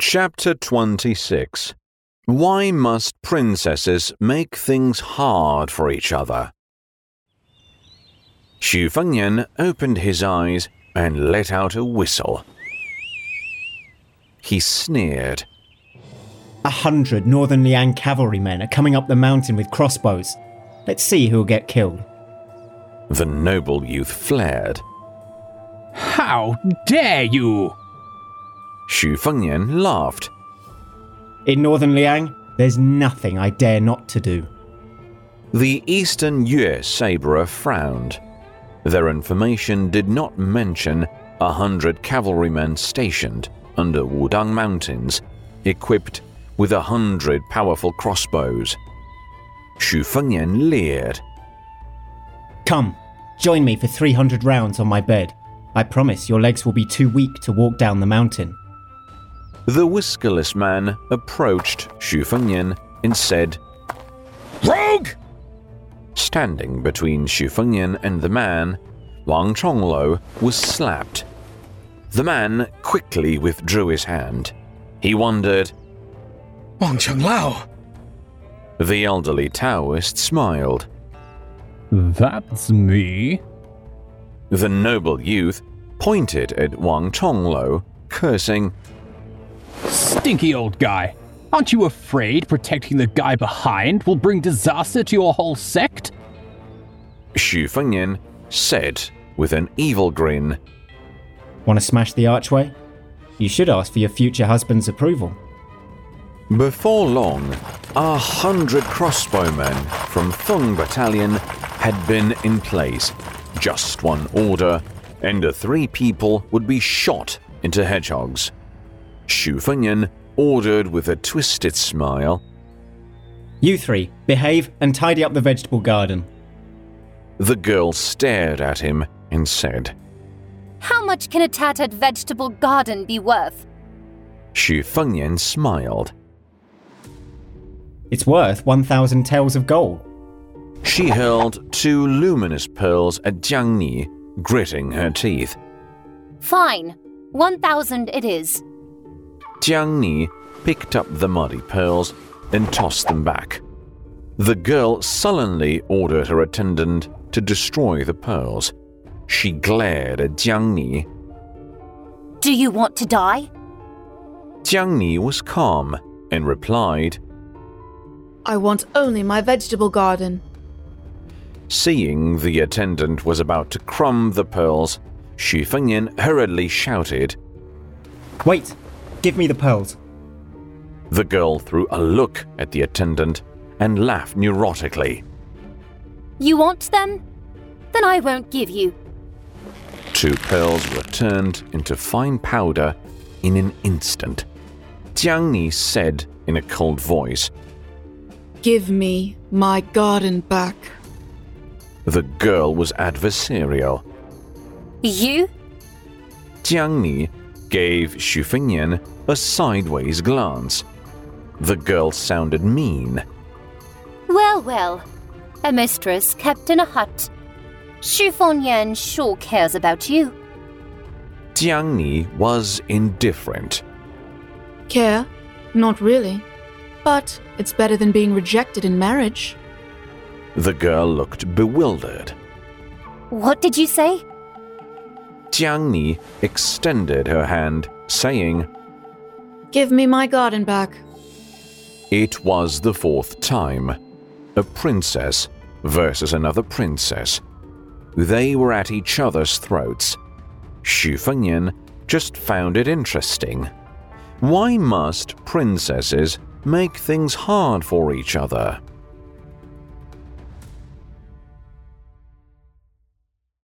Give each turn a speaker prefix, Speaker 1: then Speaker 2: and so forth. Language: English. Speaker 1: Chapter 26 Why Must Princesses Make Things Hard for Each Other? Xu Fengyan opened his eyes and let out a whistle. He sneered.
Speaker 2: A hundred northern Liang cavalrymen are coming up the mountain with crossbows. Let's see who'll get killed.
Speaker 1: The noble youth flared.
Speaker 3: How dare you!
Speaker 1: Xu Fengyan laughed.
Speaker 2: In northern Liang, there's nothing I dare not to do.
Speaker 1: The Eastern Yue Saberer frowned. Their information did not mention a hundred cavalrymen stationed under Wudang Mountains, equipped with a hundred powerful crossbows. Xu Fengyan leered.
Speaker 2: Come, join me for 300 rounds on my bed. I promise your legs will be too weak to walk down the mountain.
Speaker 1: The whiskerless man approached Xu Fengyan and said,
Speaker 3: Rogue!
Speaker 1: Standing between Xu Fengyan and the man, Wang Chonglo was slapped. The man quickly withdrew his hand. He wondered.
Speaker 4: Wang Chenglao!
Speaker 1: The elderly Taoist smiled.
Speaker 3: That's me.
Speaker 1: The noble youth pointed at Wang Chonglo, cursing.
Speaker 3: Stinky old guy. Aren't you afraid protecting the guy behind will bring disaster to your whole sect?
Speaker 1: Xu Fengyan said with an evil grin.
Speaker 2: Want to smash the archway? You should ask for your future husband's approval.
Speaker 1: Before long, a hundred crossbowmen from Thung Battalion had been in place. Just one order, and the three people would be shot into hedgehogs. Xu Fengyan ordered with a twisted smile.
Speaker 2: You three, behave and tidy up the vegetable garden.
Speaker 1: The girl stared at him and said,
Speaker 5: How much can a tattered vegetable garden be worth?
Speaker 1: Xu Fengyan smiled.
Speaker 2: It's worth 1,000 taels of gold.
Speaker 1: She hurled two luminous pearls at Jiang Ni, gritting her teeth.
Speaker 5: Fine. 1,000 it is.
Speaker 1: Jiang Ni picked up the muddy pearls and tossed them back. The girl sullenly ordered her attendant to destroy the pearls. She glared at Jiang Ni.
Speaker 5: Do you want to die?
Speaker 1: Jiang Ni was calm and replied,
Speaker 6: I want only my vegetable garden.
Speaker 1: Seeing the attendant was about to crumb the pearls, Xu Fengyan hurriedly shouted.
Speaker 2: Wait, give me the pearls.
Speaker 1: The girl threw a look at the attendant and laughed neurotically.
Speaker 5: You want them? Then I won't give you.
Speaker 1: Two pearls were turned into fine powder in an instant. Jiang Ni said in a cold voice.
Speaker 6: Give me my garden back.
Speaker 1: The girl was adversarial.
Speaker 5: You?
Speaker 1: Jiang Ni gave Xu Fengyan a sideways glance. The girl sounded mean.
Speaker 5: Well, well. A mistress kept in a hut. Xu Fengyan sure cares about you.
Speaker 1: Jiang Ni was indifferent.
Speaker 6: Care? Not really. But it's better than being rejected in marriage.
Speaker 1: The girl looked bewildered.
Speaker 5: What did you say?
Speaker 1: Jiang Ni extended her hand, saying,
Speaker 6: Give me my garden back.
Speaker 1: It was the fourth time. A princess versus another princess. They were at each other's throats. Xu Fengyan just found it interesting. Why must princesses make things hard for each other?